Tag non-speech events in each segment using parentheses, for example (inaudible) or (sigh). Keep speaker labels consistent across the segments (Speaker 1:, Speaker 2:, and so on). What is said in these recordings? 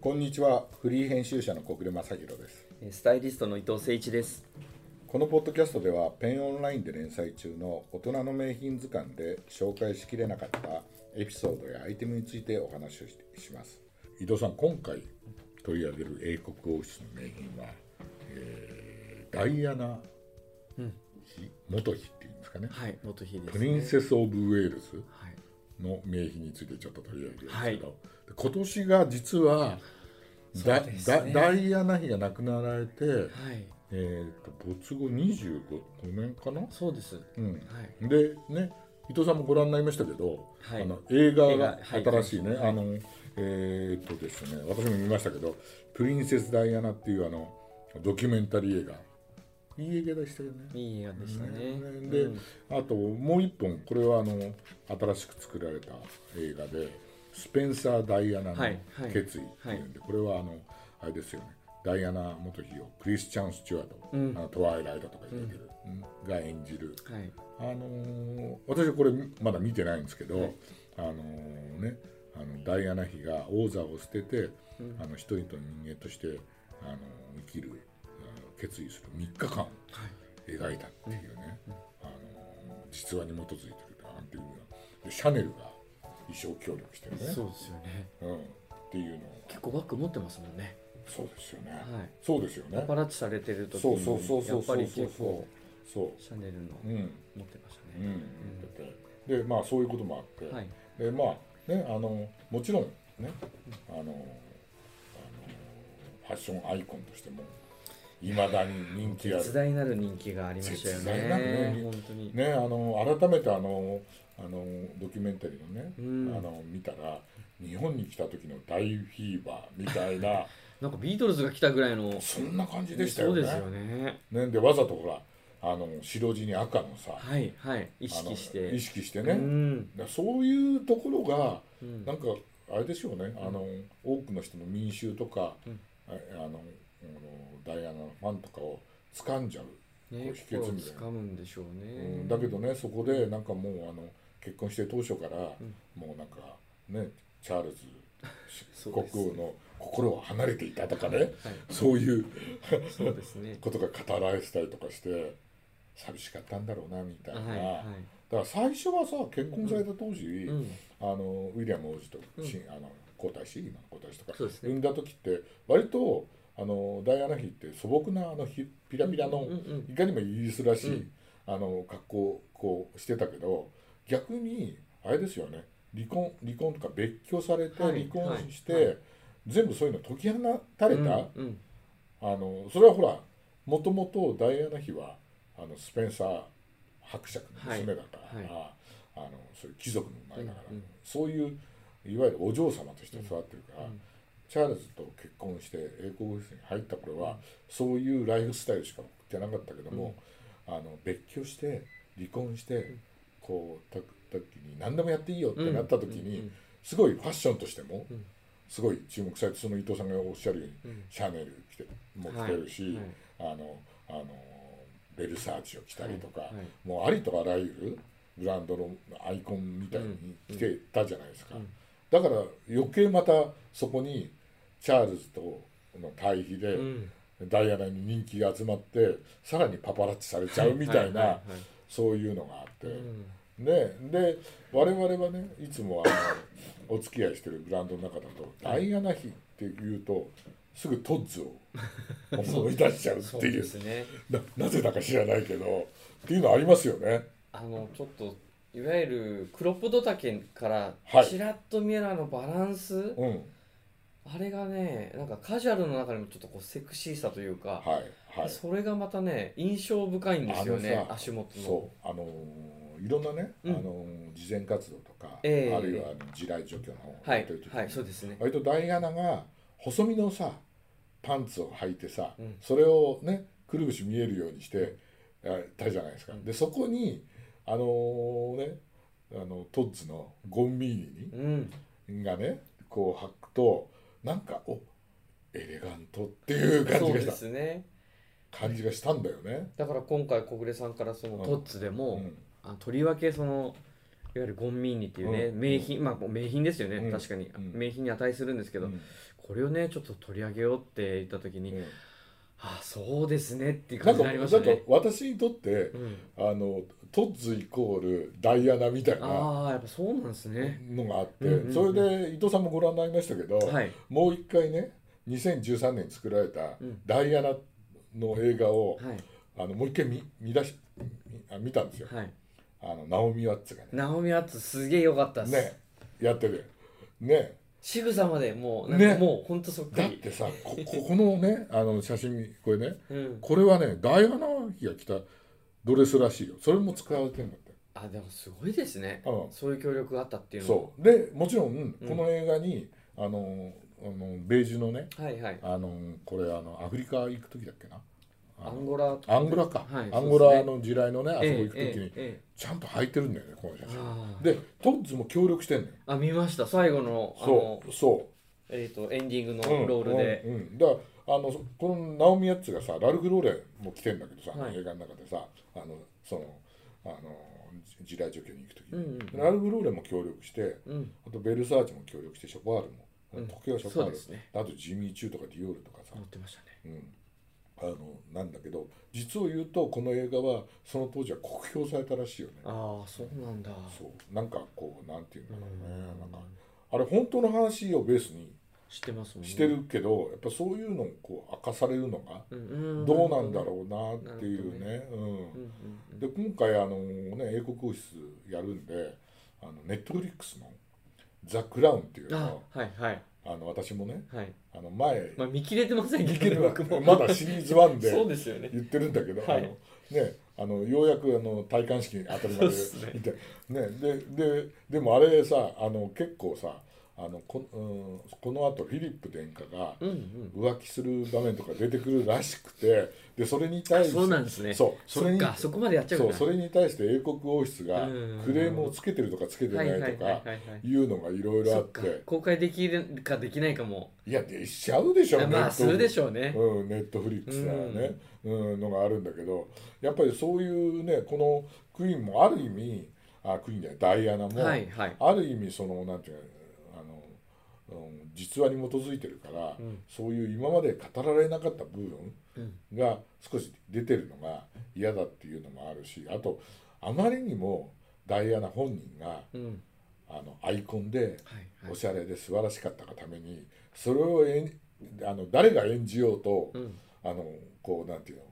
Speaker 1: こんにちはフリー編集者の小暮正弘です
Speaker 2: スタイリストの伊藤誠一です。
Speaker 1: このポッドキャストではペンオンラインで連載中の大人の名品図鑑で紹介しきれなかったエピソードやアイテムについてお話をしします伊藤さん今回取り上げる英国王室の名品は、えーダイアナ妃、元妃っていうんですかね、
Speaker 2: はい、元秀です、
Speaker 1: プリンセス・オブ・ウェールズ
Speaker 2: はい。
Speaker 1: の名品についてちょっと取り上げるんですけど、で今年が実はだ、
Speaker 2: そうです
Speaker 1: だ
Speaker 2: ね
Speaker 1: ダイアナ妃が亡くなられて、
Speaker 2: はい。
Speaker 1: えー、と没後25年かな、
Speaker 2: そうです。は
Speaker 1: うん
Speaker 2: い。
Speaker 1: でね伊藤さんもご覧になりましたけど、
Speaker 2: はい
Speaker 1: あの映画
Speaker 2: 映画
Speaker 1: が
Speaker 2: はい
Speaker 1: 新しいね、
Speaker 2: はい
Speaker 1: あのえーっとですね私も見ましたけど「プリンセス・ダイアナ」っていうあのドキュメンタリー映画いい映画でしたよね。
Speaker 2: いい映画でしたね。
Speaker 1: ねで、
Speaker 2: うん
Speaker 1: あともう一本これはあの新しく作られた映画で「スペンサー・ダイアナの
Speaker 2: はいはい
Speaker 1: 決意」っていうんで、これはあのあれですよねダイアナ元妃をクリスチャン・スチュワート、
Speaker 2: うん
Speaker 1: あのトワイライトとか言ってる、うんが演じる、
Speaker 2: はい。
Speaker 1: あのー私はこれまだ見てないんですけど、
Speaker 2: はい
Speaker 1: あのーねあのダイアナ妃が王座を捨てて、あの一人の人間として、あのー生きるあの決意する3日間。
Speaker 2: はい。
Speaker 1: 描いたっていうね、あの実話に基づいてるなんていうのでシャネルが一生協力してるね
Speaker 2: そうですよね。
Speaker 1: うん、っていうのを
Speaker 2: 結構バッグ持ってますもんね。
Speaker 1: そうですよね、
Speaker 2: はい
Speaker 1: そうですよ
Speaker 2: パ
Speaker 1: ね
Speaker 2: パラッチされてる時
Speaker 1: そうそうそう
Speaker 2: にや
Speaker 1: そう
Speaker 2: っ
Speaker 1: そ
Speaker 2: ぱ
Speaker 1: う
Speaker 2: り
Speaker 1: そう
Speaker 2: 結構
Speaker 1: そ
Speaker 2: シャネルの
Speaker 1: ううん
Speaker 2: 持ってまし
Speaker 1: う
Speaker 2: た
Speaker 1: ん、
Speaker 2: ね。
Speaker 1: ででまあそういうこともあって、
Speaker 2: はい。
Speaker 1: でまあねあのもちろんねあのあのファッションアイコンとしてもいまだに人気ある
Speaker 2: 絶大なる人気がありましたよ
Speaker 1: 絶大なる
Speaker 2: ね。
Speaker 1: ね
Speaker 2: 本当に。
Speaker 1: ね、あの改めてあのあのドキュメンタリーのね、
Speaker 2: うん
Speaker 1: あの見たら日本に来た時の大フィーバーみたい
Speaker 2: (laughs)
Speaker 1: な
Speaker 2: なんかビートルズが来たぐらいの。
Speaker 1: そんな感じでしたよ
Speaker 2: そう
Speaker 1: ね。
Speaker 2: ですよね。
Speaker 1: ねでわざとほらあの白地に赤のさ
Speaker 2: はいはい。意
Speaker 1: 意
Speaker 2: 識して。
Speaker 1: 意識して
Speaker 2: う
Speaker 1: ね、
Speaker 2: ん。
Speaker 1: だそういうところが
Speaker 2: うん
Speaker 1: なんかあれでしょうね、あの多くの人の民衆とか、
Speaker 2: うん
Speaker 1: ああのあのダイアナのファンとかを掴んじゃう。
Speaker 2: ね、
Speaker 1: こう
Speaker 2: 心を
Speaker 1: 引き継いで
Speaker 2: 掴むんでしょう
Speaker 1: う
Speaker 2: ね
Speaker 1: ん。だけどねそこでなんかもうあの結婚して当初から、
Speaker 2: ん
Speaker 1: もうなんかねチャールズ
Speaker 2: (laughs) そう
Speaker 1: 国
Speaker 2: です
Speaker 1: 王の心は離れていたとかね
Speaker 2: はい。
Speaker 1: そういう。
Speaker 2: そうですね
Speaker 1: ことが語られてたりとかして寂しかったんだろうなみたい
Speaker 2: は
Speaker 1: な、
Speaker 2: いは
Speaker 1: だから最初はさ結婚された当時、
Speaker 2: い。うん。
Speaker 1: あのウィリアム王子と、
Speaker 2: うん
Speaker 1: しあの皇太子今の皇太子とか
Speaker 2: そうですね
Speaker 1: 産んだ時って割とあのダイアナ妃って素朴なあのひピラピラの、
Speaker 2: うんうん。
Speaker 1: いかにもイギリスらしい、
Speaker 2: うん
Speaker 1: あの格好をこうしてたけど逆にあれですよね離婚離婚とか別居されて
Speaker 2: は
Speaker 1: 離
Speaker 2: い
Speaker 1: 婚して、
Speaker 2: はいは
Speaker 1: 全部そういうの解き放たれた、
Speaker 2: うんうん
Speaker 1: あのそれはほらもともとダイアナ妃はあのスペンサー伯爵の娘だから、
Speaker 2: はいは
Speaker 1: あのそういう貴族の生まれだから、
Speaker 2: うんうん
Speaker 1: そういういわゆるお嬢様として育ってるから、
Speaker 2: うん
Speaker 1: チャールズと結婚して英国王室に入った頃は、そういうライフスタイルしか送ってなかったけども、あの別居して離婚して、こうた時に何でもやっていいよってなった時に、
Speaker 2: うん
Speaker 1: すごいファッションとしても、
Speaker 2: うん
Speaker 1: すごい注目されてその伊藤さんがおっしゃるように、
Speaker 2: うん
Speaker 1: シャネル着ても着てるし、
Speaker 2: はい
Speaker 1: あのあのベルサーチを着たりとか、
Speaker 2: はいはい
Speaker 1: もうありとあらゆるブランドのアイコンみたいに着てたじゃないですか、
Speaker 2: うん
Speaker 1: だから余計またそこにチャールズとの対比で、
Speaker 2: うん
Speaker 1: ダイアナに人気が集まってさらにパパラッチされちゃうみたいな、
Speaker 2: はは
Speaker 1: そういうのがあって。
Speaker 2: いはいうん
Speaker 1: ね、で我々はねいつもあのお付き合いしてるブランドの中だとダイアナ妃っていうとすぐトッズを思い出しちゃうっ
Speaker 2: (laughs) そう
Speaker 1: てい
Speaker 2: で
Speaker 1: う
Speaker 2: すね。
Speaker 1: ななぜだか知らないけどっていうのありますよね
Speaker 2: あのちょっといわゆるクロップド丈から
Speaker 1: はい
Speaker 2: ちらっと見えるあのバランス、
Speaker 1: うん
Speaker 2: あれがねなんかカジュアルの中でもちょっとこうセクシーさというか、
Speaker 1: はいはい
Speaker 2: それがまたね印象深いんですよね
Speaker 1: あのさ
Speaker 2: 足元の
Speaker 1: そうあのーいろんなね、
Speaker 2: うん
Speaker 1: あのー慈善活動とか、
Speaker 2: ええ
Speaker 1: あるいはあの地雷除去の方
Speaker 2: は
Speaker 1: やっ
Speaker 2: い
Speaker 1: てる時に、
Speaker 2: はいそうですね
Speaker 1: 割とダイアナが細身のさパンツを履いてさ、
Speaker 2: うん
Speaker 1: それをねくるぶし見えるようにしてやったじゃないですか、
Speaker 2: うん
Speaker 1: でそこにあのーねあのトッズのゴンミー
Speaker 2: うん
Speaker 1: ニがねこう履くとなんかおエレガントっていう感
Speaker 2: そ
Speaker 1: じ
Speaker 2: う
Speaker 1: が
Speaker 2: で
Speaker 1: した
Speaker 2: すね
Speaker 1: 感じがしたんだよね。
Speaker 2: だから今回小暮さんからその
Speaker 1: うん
Speaker 2: トッツでも、
Speaker 1: うん
Speaker 2: あとりわけそのわゆるゴンミーニっていうね、
Speaker 1: うん
Speaker 2: 名品まあ名品ですよね、
Speaker 1: うん
Speaker 2: 確かに、
Speaker 1: うん
Speaker 2: 名品に値するんですけど、
Speaker 1: うん
Speaker 2: これをねちょっと取り上げようって言った時に、
Speaker 1: うん
Speaker 2: ああそうですねっていう
Speaker 1: な
Speaker 2: 感
Speaker 1: ん
Speaker 2: じ
Speaker 1: か
Speaker 2: になり
Speaker 1: な
Speaker 2: ま
Speaker 1: ん
Speaker 2: し
Speaker 1: か
Speaker 2: たね
Speaker 1: 私にとって
Speaker 2: うん、
Speaker 1: あのトッズイコールダイアナみたいな
Speaker 2: ああやっぱそうなんですね、
Speaker 1: のがあって、
Speaker 2: うんうんうん
Speaker 1: それで伊藤さんもご覧になりましたけど、
Speaker 2: はい
Speaker 1: もう一回ね2013年に作られた
Speaker 2: うん
Speaker 1: ダイアナの映画を、
Speaker 2: はい
Speaker 1: あのもう一回見見出し見あ見たんですよ、
Speaker 2: はい
Speaker 1: あのナオミ・ワッツがね
Speaker 2: ナオミ・ワッツすげえ良かったっす
Speaker 1: ねやってるね
Speaker 2: 仕草までもうなんか
Speaker 1: ね
Speaker 2: もうほんとそっく
Speaker 1: だっ
Speaker 2: り、
Speaker 1: てさこここのねあの写真これね
Speaker 2: うん、
Speaker 1: これはねダイアナ妃が着たドレスらしいよそれも使われてるんだって
Speaker 2: あでもすごいですね、
Speaker 1: うん
Speaker 2: そういう協力があったっていうのは
Speaker 1: そうでもちろんこの映画に、あのあのベージュのね
Speaker 2: はいはい
Speaker 1: あのこれあのアフリカ行く時だっけなあ
Speaker 2: ア
Speaker 1: の
Speaker 2: ンゴラ
Speaker 1: アンゴラか、
Speaker 2: はい
Speaker 1: アンゴラ
Speaker 2: そう
Speaker 1: の地雷のねあそこ
Speaker 2: ええ
Speaker 1: 行く時に
Speaker 2: えええ
Speaker 1: ちゃんと履いてるんだよねこの写
Speaker 2: えあ
Speaker 1: 真
Speaker 2: ー
Speaker 1: でトッズも協力してんのよ
Speaker 2: あ見ました最後のあの
Speaker 1: そうそ
Speaker 2: えっ、とエンディング
Speaker 1: う、う
Speaker 2: の
Speaker 1: ん
Speaker 2: ロールで、
Speaker 1: うんうんだからあのそこのナオミ・ヤッツがさラルフ・ローレンも来てんだけどさ、
Speaker 2: はい
Speaker 1: 映画の中でさあのそのあの地雷除去に行く時に、
Speaker 2: うんうん
Speaker 1: ラルフ・ローレンも協力して
Speaker 2: うん
Speaker 1: あとベルサーチも協力してショパールも、
Speaker 2: うん
Speaker 1: 時計はショパ
Speaker 2: そ
Speaker 1: ー
Speaker 2: う
Speaker 1: ル
Speaker 2: ですね
Speaker 1: あとジミー・チューとかディオールとかさ、
Speaker 2: 思ってましたね
Speaker 1: うん、あのなんだけど実を言うとこの映画はその当時は酷評されたらしいよね
Speaker 2: ああそうなんだ
Speaker 1: そうなんかこうなんていうんだろうね
Speaker 2: うん
Speaker 1: なんかあれ本当の話をベースに
Speaker 2: 知ってますもんね
Speaker 1: してるけどやっぱそういうのをこう明かされるのが
Speaker 2: うんうん
Speaker 1: どうなんだろうなっていうね
Speaker 2: う
Speaker 1: うん
Speaker 2: んうん
Speaker 1: で今回あのね英国王室やるんであのネットフリックスの「ザ・クラウン」っていう
Speaker 2: あ
Speaker 1: の
Speaker 2: はいはい
Speaker 1: あの私もね
Speaker 2: はい
Speaker 1: あの前
Speaker 2: まあ見切れてませんけ
Speaker 1: 見
Speaker 2: ど
Speaker 1: て
Speaker 2: ね
Speaker 1: る
Speaker 2: 僕
Speaker 1: (laughs)
Speaker 2: も
Speaker 1: まだシリーズ1で
Speaker 2: そうですよね
Speaker 1: 言ってるんだけど、
Speaker 2: はい
Speaker 1: あのねあのようやくあの戴冠式に当たり前で
Speaker 2: そうっすね
Speaker 1: いてねでででもあれさあの結構さあのこ,、うん、このあとフィリップ殿下が
Speaker 2: うんうん
Speaker 1: 浮気する場面とか出てくるらしくてでそれに対して
Speaker 2: そうなんですね
Speaker 1: そうそれ
Speaker 2: っ
Speaker 1: に
Speaker 2: かそこまでやっちゃう
Speaker 1: そ
Speaker 2: か
Speaker 1: う
Speaker 2: ら
Speaker 1: それに対して英国王室が
Speaker 2: うん
Speaker 1: クレームをつけてるとかつけてな
Speaker 2: はいはいい
Speaker 1: と
Speaker 2: はい
Speaker 1: か
Speaker 2: はいはい
Speaker 1: いうのがいろいろあ
Speaker 2: そ
Speaker 1: っ
Speaker 2: っか
Speaker 1: て
Speaker 2: 公開できるかできないかも
Speaker 1: いやでしちゃうでしょうね
Speaker 2: まあするでしょうね
Speaker 1: うん、ネットフリックスだね、うんのがあるんだけどやっぱりそういうねこのクイーンもある意味あクイーンじゃないダイアナも、
Speaker 2: はいはい
Speaker 1: ある意味そのなんていうかあの、うん、実話に基づいてるから、
Speaker 2: うん
Speaker 1: そういう今まで語られなかった部分
Speaker 2: うん
Speaker 1: が少し出てるのが嫌だっていうのもあるしあとあまりにもダイアナ本人が
Speaker 2: うん
Speaker 1: あのアイコンで
Speaker 2: はいは
Speaker 1: お
Speaker 2: い
Speaker 1: しゃれで素晴らしかったがためにそれを演あの誰が演じようと、
Speaker 2: うん
Speaker 1: あのこうなんていうの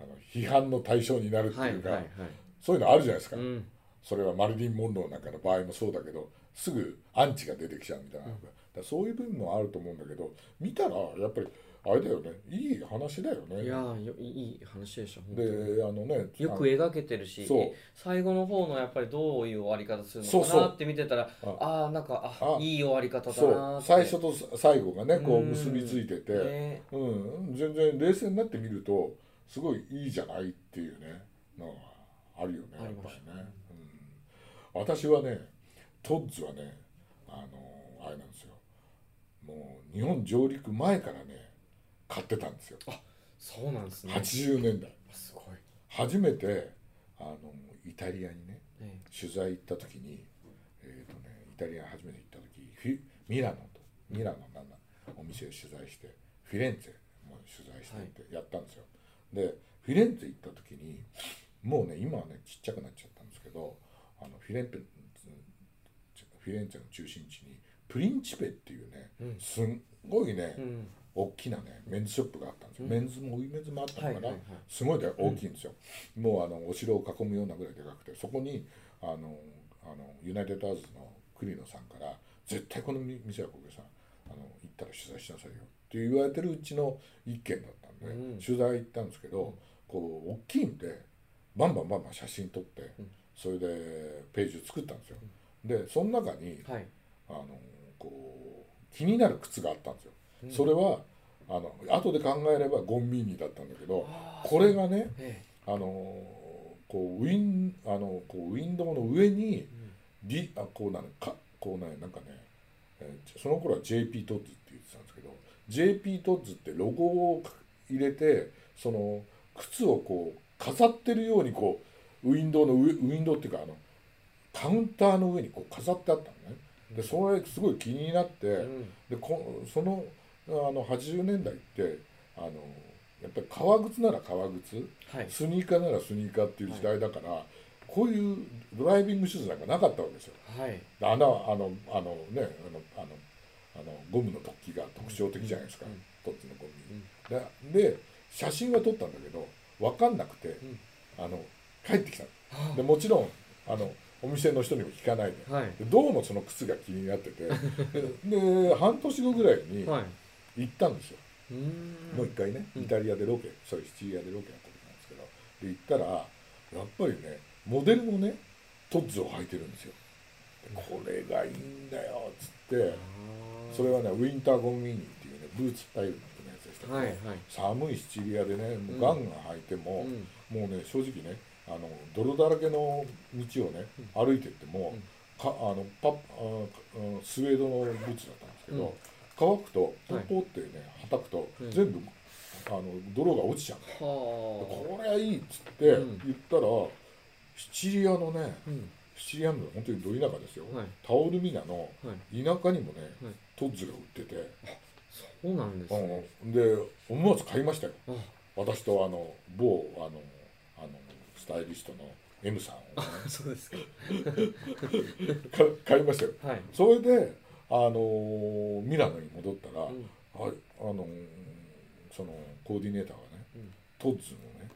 Speaker 1: あの批判の対象になるって
Speaker 2: はいいう
Speaker 1: か、
Speaker 2: はいはい
Speaker 1: そういうのあるじゃないですか、
Speaker 2: うん
Speaker 1: それはマリリン・モンローなんかの場合もそうだけどすぐアンチが出てきちゃうみたいな、だからそういう部分もあると思うんだけど見たらやっぱりあれだよねいい話だよね。
Speaker 2: いやーよいいいい話でした本当
Speaker 1: で
Speaker 2: に
Speaker 1: あのね
Speaker 2: よく描けてるし
Speaker 1: そう
Speaker 2: 最後の方のやっぱりどういう終わり方する
Speaker 1: そ
Speaker 2: の
Speaker 1: う
Speaker 2: か
Speaker 1: そう
Speaker 2: なって見てたら
Speaker 1: あ
Speaker 2: ああなんかあ
Speaker 1: あ
Speaker 2: いい終わり
Speaker 1: あ
Speaker 2: 方だ
Speaker 1: そう
Speaker 2: なーって
Speaker 1: 最初と最後がねこう
Speaker 2: うん
Speaker 1: 結びついてて。
Speaker 2: ね
Speaker 1: うん、全然冷静になってみるとすごいいいじゃないっていうねのがあるよねやっ
Speaker 2: あ
Speaker 1: ぱ
Speaker 2: り
Speaker 1: り
Speaker 2: ます
Speaker 1: ね、うん、私はねトッズはねあのあれなんですよもう日本上陸前からね買ってたんですよ
Speaker 2: そうなんですね
Speaker 1: 80年代
Speaker 2: すごい
Speaker 1: 初めてあのイタリアにね
Speaker 2: ね
Speaker 1: 取材行った時にえっ、とねイタリア初めて行った時フィミラノとミラノのなんだお店を取材してフィレンツェも取材してってやったんですよ、でフィレンツェ行った時にもうね今はねちっちゃくなっちゃったんですけどあのフィレンペフィレンツェの中心地にプリンチペっていうね、
Speaker 2: うん
Speaker 1: すんごいね、
Speaker 2: うん
Speaker 1: 大きなねメンズショップがあったんですよ、
Speaker 2: うん
Speaker 1: メンズもウィメンズもあったのかな、
Speaker 2: はいはいはい
Speaker 1: すごいで大きいんですよ、もうあのお城を囲むようなぐらいでかくてそこにあのあのユナイテッドアーズの栗野さんから「絶対この店はここでさあの行ったら取材しなさいよ」って言われてるうちの一軒だったんで、
Speaker 2: うん
Speaker 1: 取材行ったんですけど、こう大きいんでバンバンバンバン写真撮って、
Speaker 2: うん
Speaker 1: それでページを作ったんですよ。でその中に
Speaker 2: はい
Speaker 1: あのこう気になる靴があったんですよ。それはあの後で考えればゴンミーニだったんだけど
Speaker 2: あー
Speaker 1: これがね
Speaker 2: え
Speaker 1: あのこうウィンあのこうウィンドウの上に
Speaker 2: えうん
Speaker 1: リあこうなのかこうねなんかね、えーその頃は JP トッズって言ってたんですけど JP トッズってロゴを入れてその靴をこう飾ってるようにこうウィンドウの上ウィンドウっていうかあのカウンターの上にこう飾ってあったのねでそれすごい気になって、
Speaker 2: うん
Speaker 1: でこそのあの80年代ってあのやっぱり革靴なら革靴
Speaker 2: はい
Speaker 1: スニーカーならスニーカーっていう時代だから、こういうドライビングシューズなんかなかったわけですよ。
Speaker 2: はい
Speaker 1: 穴あのあのねあのあのあのゴムの突起が特徴的じゃないですか、
Speaker 2: うん
Speaker 1: トッツのゴム、でで写真は撮ったんだけど分かんなくて、
Speaker 2: ん
Speaker 1: あの帰ってきた
Speaker 2: は
Speaker 1: でもちろんあのお店の人にも聞かないで
Speaker 2: あはい
Speaker 1: でどうもその靴が気になって
Speaker 2: (laughs)
Speaker 1: てで半年後ぐらいに
Speaker 2: はい
Speaker 1: 行ったんですよ、
Speaker 2: うーん
Speaker 1: もう一回ね
Speaker 2: う
Speaker 1: イ
Speaker 2: ん
Speaker 1: タリアでロケそれシチリアでロケやった時なんですけどで行ったらやっぱりねモデルもねトッツを履いてるんですよでこれがいいんだよっつってそれはねウィンターゴンウィニーっていうねブーツスタイルのやつでしたけど、
Speaker 2: はいはい
Speaker 1: 寒いシチリアでねもうガンガン履いて
Speaker 2: う
Speaker 1: も、
Speaker 2: ん
Speaker 1: もうね正直ねあの泥だらけの道をね
Speaker 2: うん
Speaker 1: 歩いてっても、
Speaker 2: うん
Speaker 1: かあのパッあのスウェードのブーツだったんですけど、
Speaker 2: うん
Speaker 1: 乾くとポンポンってね、はたくと
Speaker 2: うん
Speaker 1: 全部、あの泥が落ちちゃう、
Speaker 2: は
Speaker 1: これはいいっつって
Speaker 2: うん
Speaker 1: 言ったら、シチリアのね
Speaker 2: あうん
Speaker 1: シチリアの本当にど田舎ですよ、
Speaker 2: はい
Speaker 1: タオルミナの
Speaker 2: はい
Speaker 1: 田舎にもね、
Speaker 2: はい
Speaker 1: トッズが売ってて、
Speaker 2: そうなんですね
Speaker 1: うんで思わず買いましたよ
Speaker 2: あ
Speaker 1: 私とあの某あのあのスタイリストの M さんをか (laughs)
Speaker 2: そうですか
Speaker 1: 買いましたよ
Speaker 2: はい
Speaker 1: それであのーミラノに戻ったら、
Speaker 2: うん
Speaker 1: はいあのーそのコーディネーターがね、
Speaker 2: うん
Speaker 1: トッツのね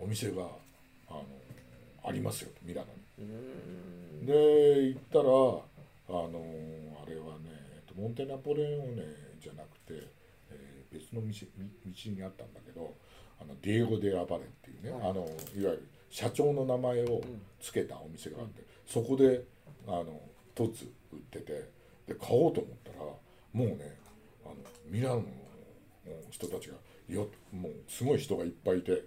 Speaker 1: お店が、あのーありますよとミラノ
Speaker 2: うーん
Speaker 1: に。で行ったら、あのーあれはねえっとモンテナポレオネじゃなくて、えー別の店み道にあったんだけどあのディエゴ・デ・アバレっていうね、
Speaker 2: はい
Speaker 1: い、あのいわゆる社長の名前を
Speaker 2: ん
Speaker 1: つけたお店があって、そこであのトツ売っててで買おうと思ったらもうねあのミラノの人たちがよもうすごい人がいっぱいいて、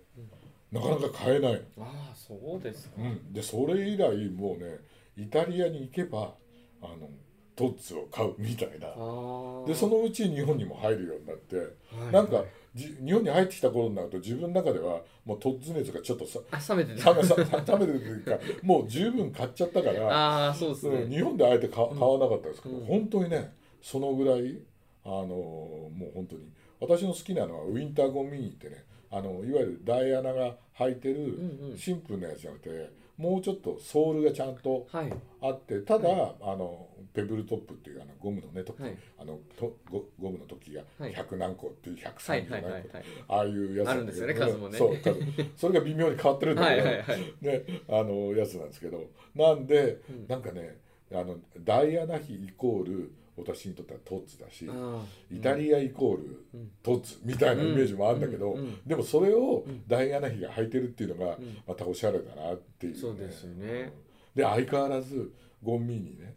Speaker 1: なかなか買えないの。
Speaker 2: ああそうですか
Speaker 1: うん、でそれ以来もうねイタリアに行けばあのトッツを買うみたいな
Speaker 2: あー
Speaker 1: でそのうち日本にも入るようになって、
Speaker 2: はい
Speaker 1: なんかじ日本に入ってきた頃になると自分の中ではもうトッツ熱がちょっとさ
Speaker 2: あ冷めてた
Speaker 1: 冷め (laughs) さ冷めてるというかもう十分買っちゃったから、
Speaker 2: ああそうです
Speaker 1: うん、
Speaker 2: ね
Speaker 1: 日本であえて買買わなかったんですけど、
Speaker 2: うん
Speaker 1: 本当にねそのぐらいあのもう本当に私の好きなのはウィンターゴンミニってねあのいわゆるダイアナが履いてる、
Speaker 2: うんうん
Speaker 1: シンプルなやつじゃなくてもうちょっとソールがちゃんと
Speaker 2: はい
Speaker 1: あってただ、あのペブルトップっていうあのゴムのねと、
Speaker 2: はい
Speaker 1: あのとゴゴムの時が
Speaker 2: はい
Speaker 1: 100何個っていう
Speaker 2: はい
Speaker 1: 130
Speaker 2: は
Speaker 1: 何
Speaker 2: い
Speaker 1: 個、
Speaker 2: はいはい
Speaker 1: ああいうやつ
Speaker 2: あるんですよね数もね
Speaker 1: そう数それが微妙に変わってるんだ
Speaker 2: は
Speaker 1: け
Speaker 2: い
Speaker 1: ど、
Speaker 2: はいはい
Speaker 1: ね、あのやつなんですけどなんで、
Speaker 2: うん
Speaker 1: なんかねあのダイアナ妃イコール私にとってはトッツだし、
Speaker 2: あー
Speaker 1: イタリアイコール
Speaker 2: うん
Speaker 1: トッツみたいなイメージもあるんだけど、
Speaker 2: うんうんうん
Speaker 1: でもそれをダイアナ妃が履いてるっていうのが
Speaker 2: うん
Speaker 1: またおしゃれだなっていう、
Speaker 2: そうですよね
Speaker 1: で相変わらずゴンミーにね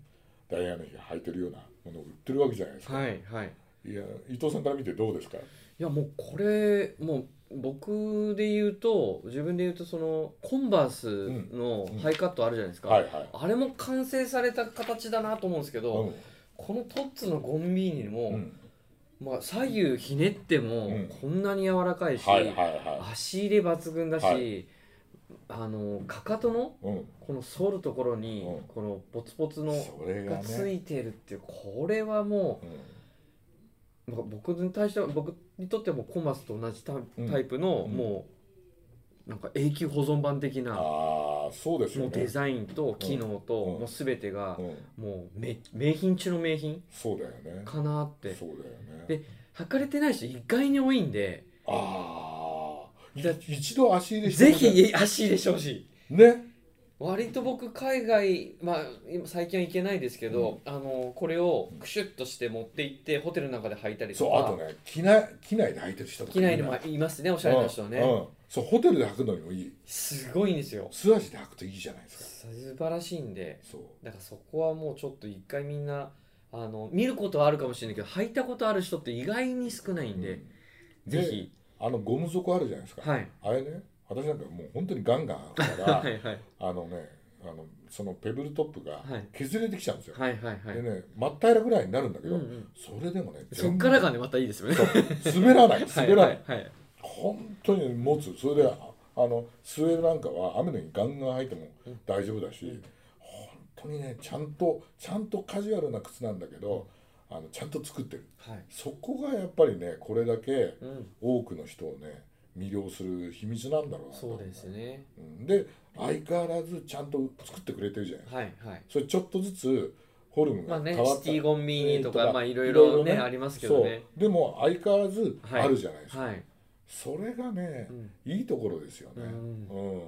Speaker 1: ダイアナ妃が履いてるようなものを売ってるわけじゃないですか、
Speaker 2: はいはい
Speaker 1: い、や伊藤さんから見てどうですか
Speaker 2: いやもうこれもう僕で言うと自分で言うとそのコンバースの
Speaker 1: うん
Speaker 2: ハイカットあるじゃないですか、
Speaker 1: はいはい、
Speaker 2: あれも完成された形だなと思うんですけど、
Speaker 1: うん
Speaker 2: このトッツのゴンビーニも、
Speaker 1: うん
Speaker 2: まあ、左右ひねっても
Speaker 1: うん
Speaker 2: こんなに柔らかいし、
Speaker 1: はいはいは
Speaker 2: 足入れ抜群だし、
Speaker 1: は
Speaker 2: あのかかとの
Speaker 1: い、うん、
Speaker 2: この反るところに、
Speaker 1: うん
Speaker 2: このポツポツの
Speaker 1: それが
Speaker 2: がつ
Speaker 1: ね、
Speaker 2: いてるっていうこれはもう
Speaker 1: うん
Speaker 2: なんか僕に対しては僕にとってはもうコマスと同じタ
Speaker 1: うん
Speaker 2: タイプの、
Speaker 1: うん
Speaker 2: もうなんか永久保存版的なも
Speaker 1: ああそうですよ
Speaker 2: う
Speaker 1: ね
Speaker 2: デザインと機能と、
Speaker 1: うん
Speaker 2: もう全てが、
Speaker 1: うん、
Speaker 2: もうめ名品中の名品
Speaker 1: そうだよね
Speaker 2: かなって
Speaker 1: そうだよね
Speaker 2: で履かれてない人意外に多いんで
Speaker 1: ああ
Speaker 2: だ
Speaker 1: 一度足入れして
Speaker 2: ぜ
Speaker 1: みたい
Speaker 2: ひ足入れしてほしい
Speaker 1: ね
Speaker 2: 割と僕海外まあ今最近は行けないですけど、あのこれをクシュッとして持って行ってホテルなんかで履いたりと
Speaker 1: そう
Speaker 2: か
Speaker 1: あとね機内機内で履いてる人とか
Speaker 2: 機内にもいますねおしゃれな人はね、
Speaker 1: うんうんそうホテルで履くのにもいい
Speaker 2: すごいんですよ
Speaker 1: 素足で履くといいじゃないですか
Speaker 2: 素晴らしいんで
Speaker 1: そう
Speaker 2: だからそこはもうちょっと一回みんなあの見ることはあるかもしれないけど履いたことある人って意外に少ないんで、
Speaker 1: うん
Speaker 2: ぜ
Speaker 1: で
Speaker 2: ひ
Speaker 1: あのゴム底あるじゃないですか、
Speaker 2: はい
Speaker 1: あれね私なんかもう本当にガンガン履くから
Speaker 2: (laughs) はいはい
Speaker 1: あのねあのそのペブルトップが
Speaker 2: はい
Speaker 1: 削れてきちゃうんですよ、
Speaker 2: はいはいはい、
Speaker 1: でね真っ平らぐらいになるんだけど、
Speaker 2: うんうん、
Speaker 1: それでもね
Speaker 2: そっから
Speaker 1: が
Speaker 2: がねまたいいですよね
Speaker 1: 滑らない滑らない、
Speaker 2: (laughs) はいはいはい
Speaker 1: 本当に持つそれでああのスウェードなんかは雨の日ガンガン入っても大丈夫だし、本当にねちゃんとちゃんとカジュアルな靴なんだけどあのちゃんと作ってる
Speaker 2: はい
Speaker 1: そこがやっぱりねこれだけ
Speaker 2: うん
Speaker 1: 多くの人をね魅了する秘密なんだろうなと
Speaker 2: そうですね
Speaker 1: うんで相変わらずちゃんと作ってくれてるじゃない
Speaker 2: はいはい
Speaker 1: それちょっとずつフォルム
Speaker 2: まあ
Speaker 1: が
Speaker 2: ね
Speaker 1: 変わっ
Speaker 2: シ
Speaker 1: た
Speaker 2: ティゴンミーと
Speaker 1: えー
Speaker 2: か
Speaker 1: と
Speaker 2: まあいろいろねありますけどね
Speaker 1: そうでも相変わらず
Speaker 2: はい
Speaker 1: あるじゃないですか、
Speaker 2: はい
Speaker 1: それがね
Speaker 2: う、ん
Speaker 1: いいところですよね、
Speaker 2: う
Speaker 1: うんん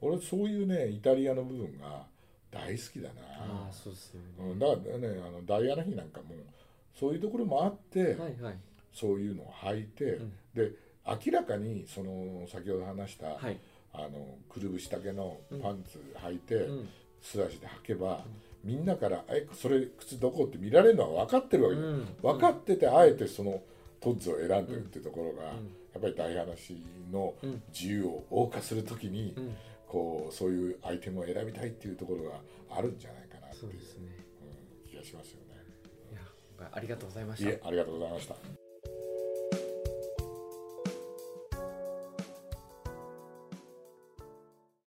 Speaker 1: 俺そういうねイタリアの部分が大好きだ
Speaker 2: あ
Speaker 1: な
Speaker 2: あ、そうですよ
Speaker 1: う
Speaker 2: ね
Speaker 1: ん、だからねあのダイアナ妃なんかもそういうところもあって、
Speaker 2: はいはい
Speaker 1: そういうのを履いて、
Speaker 2: ん
Speaker 1: で明らかにその先ほど話した、
Speaker 2: はい
Speaker 1: あのくるぶし丈のパンツ履いて、
Speaker 2: うん
Speaker 1: 素足で履けば、みんなから「えそれ靴どこ?」って見られるのは分かってるわけだ、
Speaker 2: うん
Speaker 1: 分かっててあえてそのトッズを選んでるってところが、
Speaker 2: うん
Speaker 1: やっぱり大話の
Speaker 2: うん
Speaker 1: 自由を謳歌するときに、
Speaker 2: うん
Speaker 1: こうそういうアイテムを選びたいっていうところがあるんじゃないかなってい
Speaker 2: そう
Speaker 1: う
Speaker 2: ですね
Speaker 1: うん気がしますよね。
Speaker 2: いや今回ありがとうございまし
Speaker 1: い
Speaker 2: た
Speaker 1: えありがとうございました。